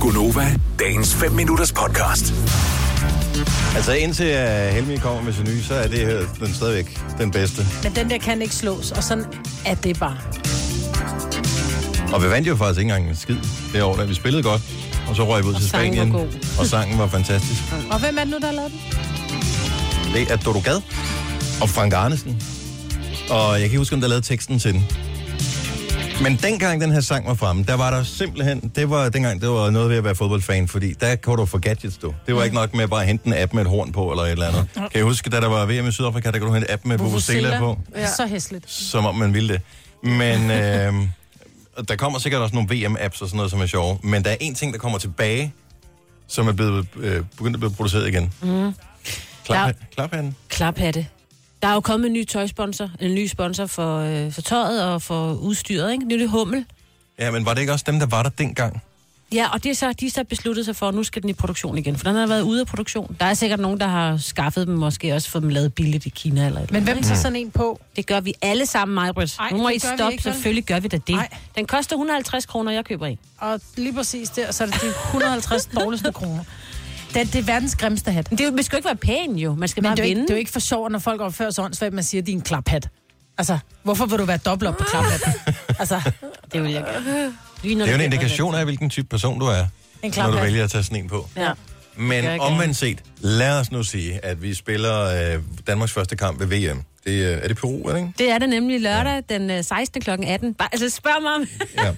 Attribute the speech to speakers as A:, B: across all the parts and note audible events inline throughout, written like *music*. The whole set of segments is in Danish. A: Gunova, dagens 5 minutters podcast.
B: Altså indtil øh, Helmi kommer med sin nye, så er det her den stadigvæk den bedste.
C: Men den der kan ikke slås, og sådan er det bare.
B: Og vi vandt jo faktisk ikke engang en skid det år, da vi spillede godt. Og så røg vi ud til
C: sangen var
B: Spanien,
C: god.
B: og sangen var fantastisk.
C: Og hvem er det nu, der har lavet den?
B: Det er Dodo Gad og Frank Arnesen. Og jeg kan ikke huske, om der lavede teksten til den. Men dengang den her sang var fremme, der var der simpelthen... Det var dengang, det var noget ved at være fodboldfan, fordi der kunne du få gadgets, du. Det var ikke nok med at bare hente en app med et horn på, eller et eller andet. Kan jeg huske, da der var VM i Sydafrika, der kunne du hente en app med Vuvuzela på?
C: Ja. Så hæsligt.
B: som om man ville det. Men øh, der kommer sikkert også nogle VM-apps og sådan noget, som er sjove. Men der er en ting, der kommer tilbage, som er blevet, øh, begyndt at blive produceret igen. Mm. Klap,
D: Der-
B: klap han.
D: klaphatte. Der er jo kommet en ny tøjsponsor, en ny sponsor for, øh, for tøjet og for udstyret, ikke? Nyt hummel.
B: Ja, men var det ikke også dem, der var der dengang?
D: Ja, og det er så, de er så besluttet sig for, at nu skal den i produktion igen, for den har været ude af produktion. Der er sikkert nogen, der har skaffet dem, måske også fået dem lavet billigt i Kina eller et
C: Men
D: eller
C: hvem
B: Mm.
C: tager sådan en på?
D: andet. Det gør vi alle sammen, Majbrit.
C: Ej,
D: Nu må
C: det
D: I
C: gør vi
D: stoppe,
C: ikke, vel?
D: selvfølgelig gør vi da det.
C: Ej.
D: Den koster 150 kroner, jeg køber en.
C: Og lige præcis der, så er det de *laughs* 150 dårligste kroner. Det, det er verdens grimmeste hat.
D: Men det er jo- man skal jo ikke være pæn jo, man skal
C: Men
D: bare
C: det er, jo ikke,
D: vinde.
C: det er jo ikke for sjovt, når folk opfører sig åndssvagt, man siger, at de er en klaphat. Altså, hvorfor vil du være dobbelt op på klaphatten?
B: *laughs*
C: Altså,
D: det vil jeg gerne. Lige når
B: Det er jo en
D: du-
B: indikation af, hvilken type person du er,
C: en
B: når du
C: klaphat.
B: vælger at tage sådan en på.
D: Ja.
B: Men
D: gør jeg
B: omvendt set, lad os nu sige, at vi spiller øh, Danmarks første kamp ved VM. Det, øh, er det Peru, er det ikke?
D: Det er det nemlig lørdag den øh, 16. kl. 18. Bare, altså spørg mig om... *laughs*
B: Ja.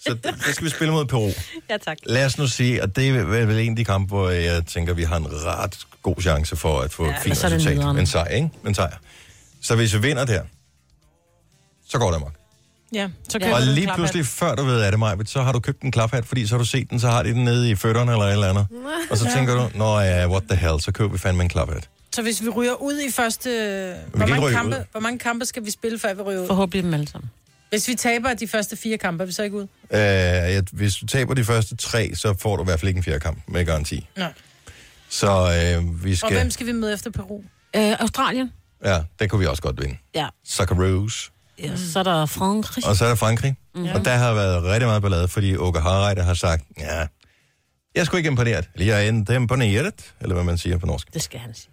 B: Så d- så skal vi spille mod Peru.
D: ja, tak.
B: Lad os nu sige, at det er vel vel en af de kampe, hvor jeg tænker, at vi har en ret god chance for at få ja, et
D: men
B: fint
D: så er det
B: resultat.
D: nederen.
B: Men sejr, ikke? Men sejr. Så hvis vi vinder der, så går det amok.
C: Ja, så
D: Ja.
C: køber
B: Og
C: du en
B: lige
C: klaphat.
B: pludselig, før du ved af det, Majbet, så har du købt en klaphat, fordi så har du set den, så har de den nede i fødderne eller et eller andet. Og så tænker du, nå ja, what the hell, så køber vi fandme en klaphat.
C: Så hvis vi ryger ud i første... Hvor
B: ikke
C: mange,
B: ryge
C: kampe,
B: ud.
C: hvor mange kampe skal vi spille, før vi ryger ud?
D: Forhåbentlig dem alle sammen.
C: Hvis vi taber de første fire kampe, er vi så ikke ud?
B: Øh, ja, hvis du taber de første tre, så får du i hvert fald ikke en fjerde kamp, med garanti.
C: Nå.
B: Så øh, vi
C: Og
B: skal...
C: hvem skal vi møde efter Peru?
D: Øh, Australien?
B: Ja, den kunne vi også godt vinde.
D: Ja.
B: Sakaroos.
D: ja. Så er der Frankrig.
B: Og så er der Frankrig. Mm-hmm. Og der har været rigtig meget ballade, fordi Åke Harreide har sagt, ja, jeg skulle ikke imponeret. Lige er en imponeret, eller hvad man siger på norsk.
D: Det skal han sige.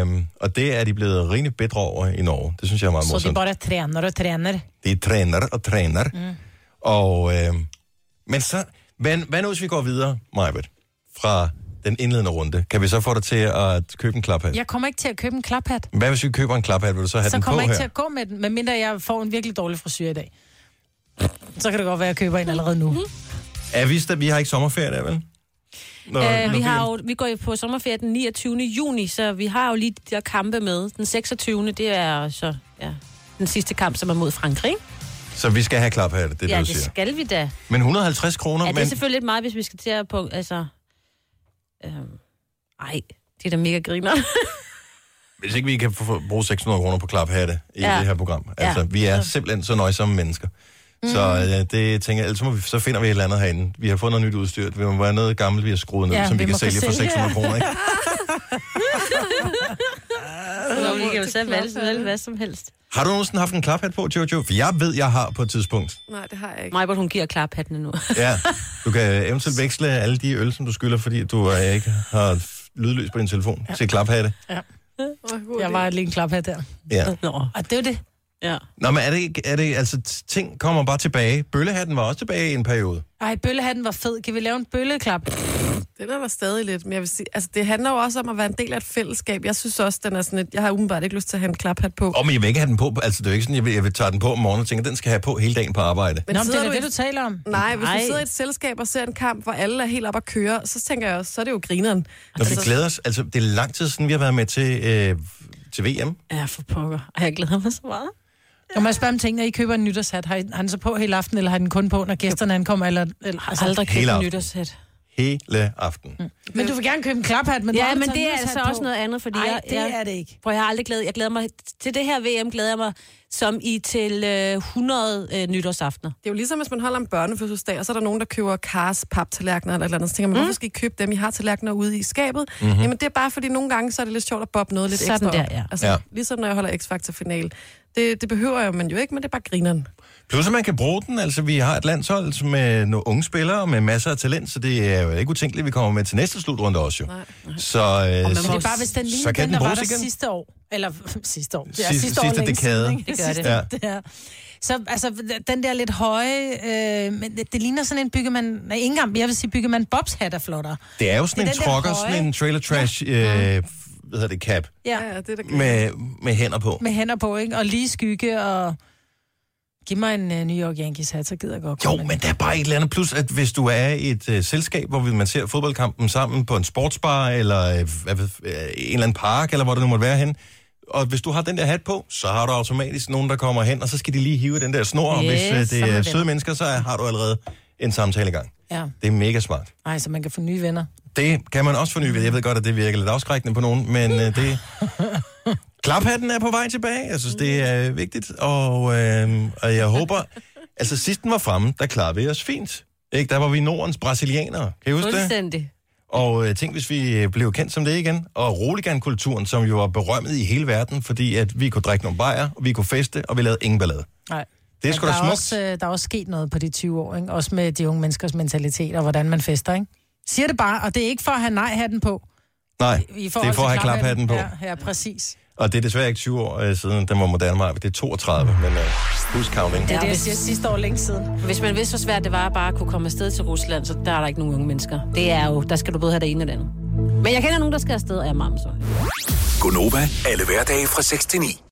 B: Øhm, og det er de blevet rimelig bedre over i Norge. Det synes jeg er meget
C: Så de
B: morsomt.
C: bare Mhm. træner og træner.
B: De træner og træner. Mm. Og, øhm, men så, hvad, hvad nu hvis vi går videre, Majbet, fra den indledende runde? Kan vi så få dig til at købe en klaphat?
C: Jeg kommer ikke til at købe en klaphat.
B: Hvad hvis vi køber en klaphat? Vil du så have
C: Så
B: den på
C: kommer jeg
B: her?
C: ikke til at gå med den, medmindre jeg får en virkelig dårlig frisyr i dag. Så kan det godt være, at jeg køber en allerede nu.
B: Er vi, sta- vi har ikke sommerferie der, vel? Når,
D: Øh,
B: når
D: vi, har jo, vi går jo på sommerferie den 29. juni, så vi har jo lige de der kampe med. Den 26. det er så ja, den sidste kamp, som er mod Frankrig. ikke?
B: Så vi skal have klaphatte, det er
D: Ja,
B: det, du
D: det
B: siger.
D: skal vi da.
B: Men 150 kroner,
D: Ja,
B: ja,
D: det er
B: men
D: selvfølgelig lidt meget, hvis vi skal til at på... Altså, øh, ej, det er da mega
B: *laughs*
D: griner.
B: hvis ikke vi kan få- få- bruge 600 kroner på klaphatte i ja.
D: Ja.
B: det her program. Altså, ja.
D: Ja.
B: vi er simpelthen så nøjsomme mennesker. Mm. Så øh, det tænker jeg, ellers så, må vi, så finder vi et eller andet herinde. Vi har fået noget nyt udstyr, vi må være noget gammelt, vi har skruet ned, ja,
C: Ja,
B: som vi, kan
C: vi må
B: sælge for
C: sælge.
B: 600 kroner, ikke?
D: Nå, vi kan jo selv valge sådan lidt hvad som helst.
B: Har du nogensinde haft en klaphat på, Jojo? For jeg ved, jeg har på et tidspunkt.
E: Nej, det har jeg ikke.
D: Majbert, hun giver klaphattene nu. *laughs*
B: Ja, du kan eventuelt veksle alle de øl, som du skylder, fordi du øh, ikke har f- lydløs på din telefon ja. til klaphatte.
E: Åh, god
C: Jeg
E: idé.
C: var lige en klaphat der.
B: Ja.
D: Nå,
C: Og det er jo det.
D: ja.
B: Nå, men er det ikke, er det, altså t- ting kommer bare tilbage. Bøllehatten var også tilbage i en periode.
C: Ej, bøllehatten var fed. Kan vi lave en bølleklap?
E: Den er der stadig lidt, men jeg vil sige, altså, det handler jo også om at være en del af et fællesskab. Jeg synes også, den er sådan et, jeg har umiddelbart ikke lyst til at have en klaphat på.
B: Åh, oh, men jeg vil ikke have den på. Altså, det er jo ikke sådan, jeg vil, jeg vil tage den på om morgenen og tænke, den skal jeg have på hele dagen på arbejde.
C: Nå, men det
E: sidder
C: er da
E: du
C: det,
E: i-
C: du taler om.
E: Nej, hvis
D: Nej.
E: du sidder i et selskab og ser en kamp, hvor alle er helt op at køre, så tænker jeg også, så er det jo grineren.
B: Når vi glæder os, altså, det er lang tid siden, vi har været med til, øh, til VM.
D: Ja, for pokker. Ej, jeg glæder mig så meget.
C: Jeg må jeg spørge om ting, når I køber en nytårshat. Har I har den så på hele aften, eller har I den kun på, når gæsterne ankommer? Eller, eller,
D: Jeg har Altså, aldrig
B: Hele
D: købt en
B: aften.
D: nytårshæt.
B: Hele aften. Mm.
C: Men du vil gerne købe en klaphat, men du har
D: Ja,
C: aldrig
D: men
C: taget en
D: det er
C: nytårshat
D: altså
C: på.
D: også noget andet, fordi
C: Nej,
D: jeg,
C: det
D: jeg,
C: er det ikke.
D: Prøv, jeg har aldrig glædet, jeg glæder mig, til det her VM glæder jeg mig som i til øh, 100 øh, nytårsaftener.
E: Det er jo ligesom, hvis man holder en børnefødselsdag, og så er der nogen, der køber Cars paptallerkener eller et eller andet. Så tænker man, mm. hvorfor skal I købe dem? I har tallerkener ude i skabet. Mm-hmm. Jamen, det er bare fordi, nogle gange, så er det lidt sjovt at boppe noget lidt
D: Sådan
E: ekstra
D: der,
E: op.
D: ja.
E: Altså,
B: Ja.
E: Ligesom når jeg holder X-Factor-final. Det, det behøver jo, man jo ikke, men det er bare grineren.
B: Plus at man kan bruge den. Altså, vi har et landshold med nogle unge spillere med masser af talent, så det er jo ikke utænkeligt, at vi kommer med til næste slutrunde også jo.
E: Nej,
B: Så, øh,
C: Men det er bare, hvis den
B: så
C: ligner
B: kan den
C: den, der var
B: bruges
C: der
B: igen.
C: sidste år. Eller *laughs* sidste år. Ja,
B: Sidste-
C: år
B: sidste
C: længe
B: dekade.
C: siden, ikke?
D: Det gør det.
C: Sidste, det er. Så altså, den der lidt høje, øh, men det, det ligner sådan en byggemand, nej, ikke engang, jeg vil sige byggemand Bobs hat er flottere.
B: det er jo sådan en
C: Det er den der
B: trokker,
C: høje.
B: sådan en trailer trash, øh, hvad hedder det, cap,
E: Ja, ja, det er da grineren.
B: med, med hænder på.
C: Med hænder på, ikke? Og lige skygge, og giv mig en øh, New York Yankees hat, så gider jeg godt.
B: Jo,
C: komme
B: men der er bare et eller andet. Plus, at hvis du er i et øh, selskab, hvor man ser fodboldkampen sammen på en sportsbar, eller øh, hvad ved, øh, en eller anden park, eller hvor det nu måtte være hen, og hvis du har den der hat på, så har du automatisk nogen, der kommer hen, og så skal de lige hive den der snor, og hvis
D: Yes,
B: øh,
D: sådan
B: det
D: er
B: er
D: det.
B: søde mennesker, så har du allerede en samtale i gang.
C: med. Ja,
B: Det er mega smart.
C: nej, så man kan få nye venner.
B: Det kan man også forny ved. Jeg ved godt, at det virker lidt afskrækkende på nogen, men øh, det... Klaphatten er på vej tilbage. Jeg synes, det er vigtigt, og, øh, og jeg håber... Altså, sidst den var fremme, der klarede vi os fint. Ikke? Der var vi Nordens brasilianere. Kan I huske det?
D: Fuldstændig.
B: Og øh, tænk, hvis vi øh, blev kendt som det igen. Og roligankulturen, som jo var berømmet i hele verden, fordi at vi kunne drikke nogle bajer, og vi kunne feste, og vi lavede ingen ballade.
C: Nej.
B: Det er
C: Men
B: sgu da
C: der, er
B: smukt.
C: også, øh, der er også sket noget på de 20 år, ikke? også med de unge menneskers mentalitet og hvordan man fester. Ikke? Siger det bare, og det er ikke for at have nej-hatten på.
B: Nej,
C: I
B: det er for at have klaphatten på.
C: Ja, ja, præcis.
B: Og det er desværre ikke 20 år øh, siden, den var moderne mig. Det er 32, men øh, husk counting.
C: Det er
D: Ja,
C: det, jeg
D: hvis-
C: siger sidste år længe siden.
D: Hvis man vidste, hvor svært det var at bare kunne komme afsted til Rusland, så der er der ikke nogen unge mennesker. Det er jo, der skal du både have det ene og det andet. Men jeg kender nogen, der skal afsted, og jeg er meget med
A: Gonova, alle hverdage fra 6 til 9.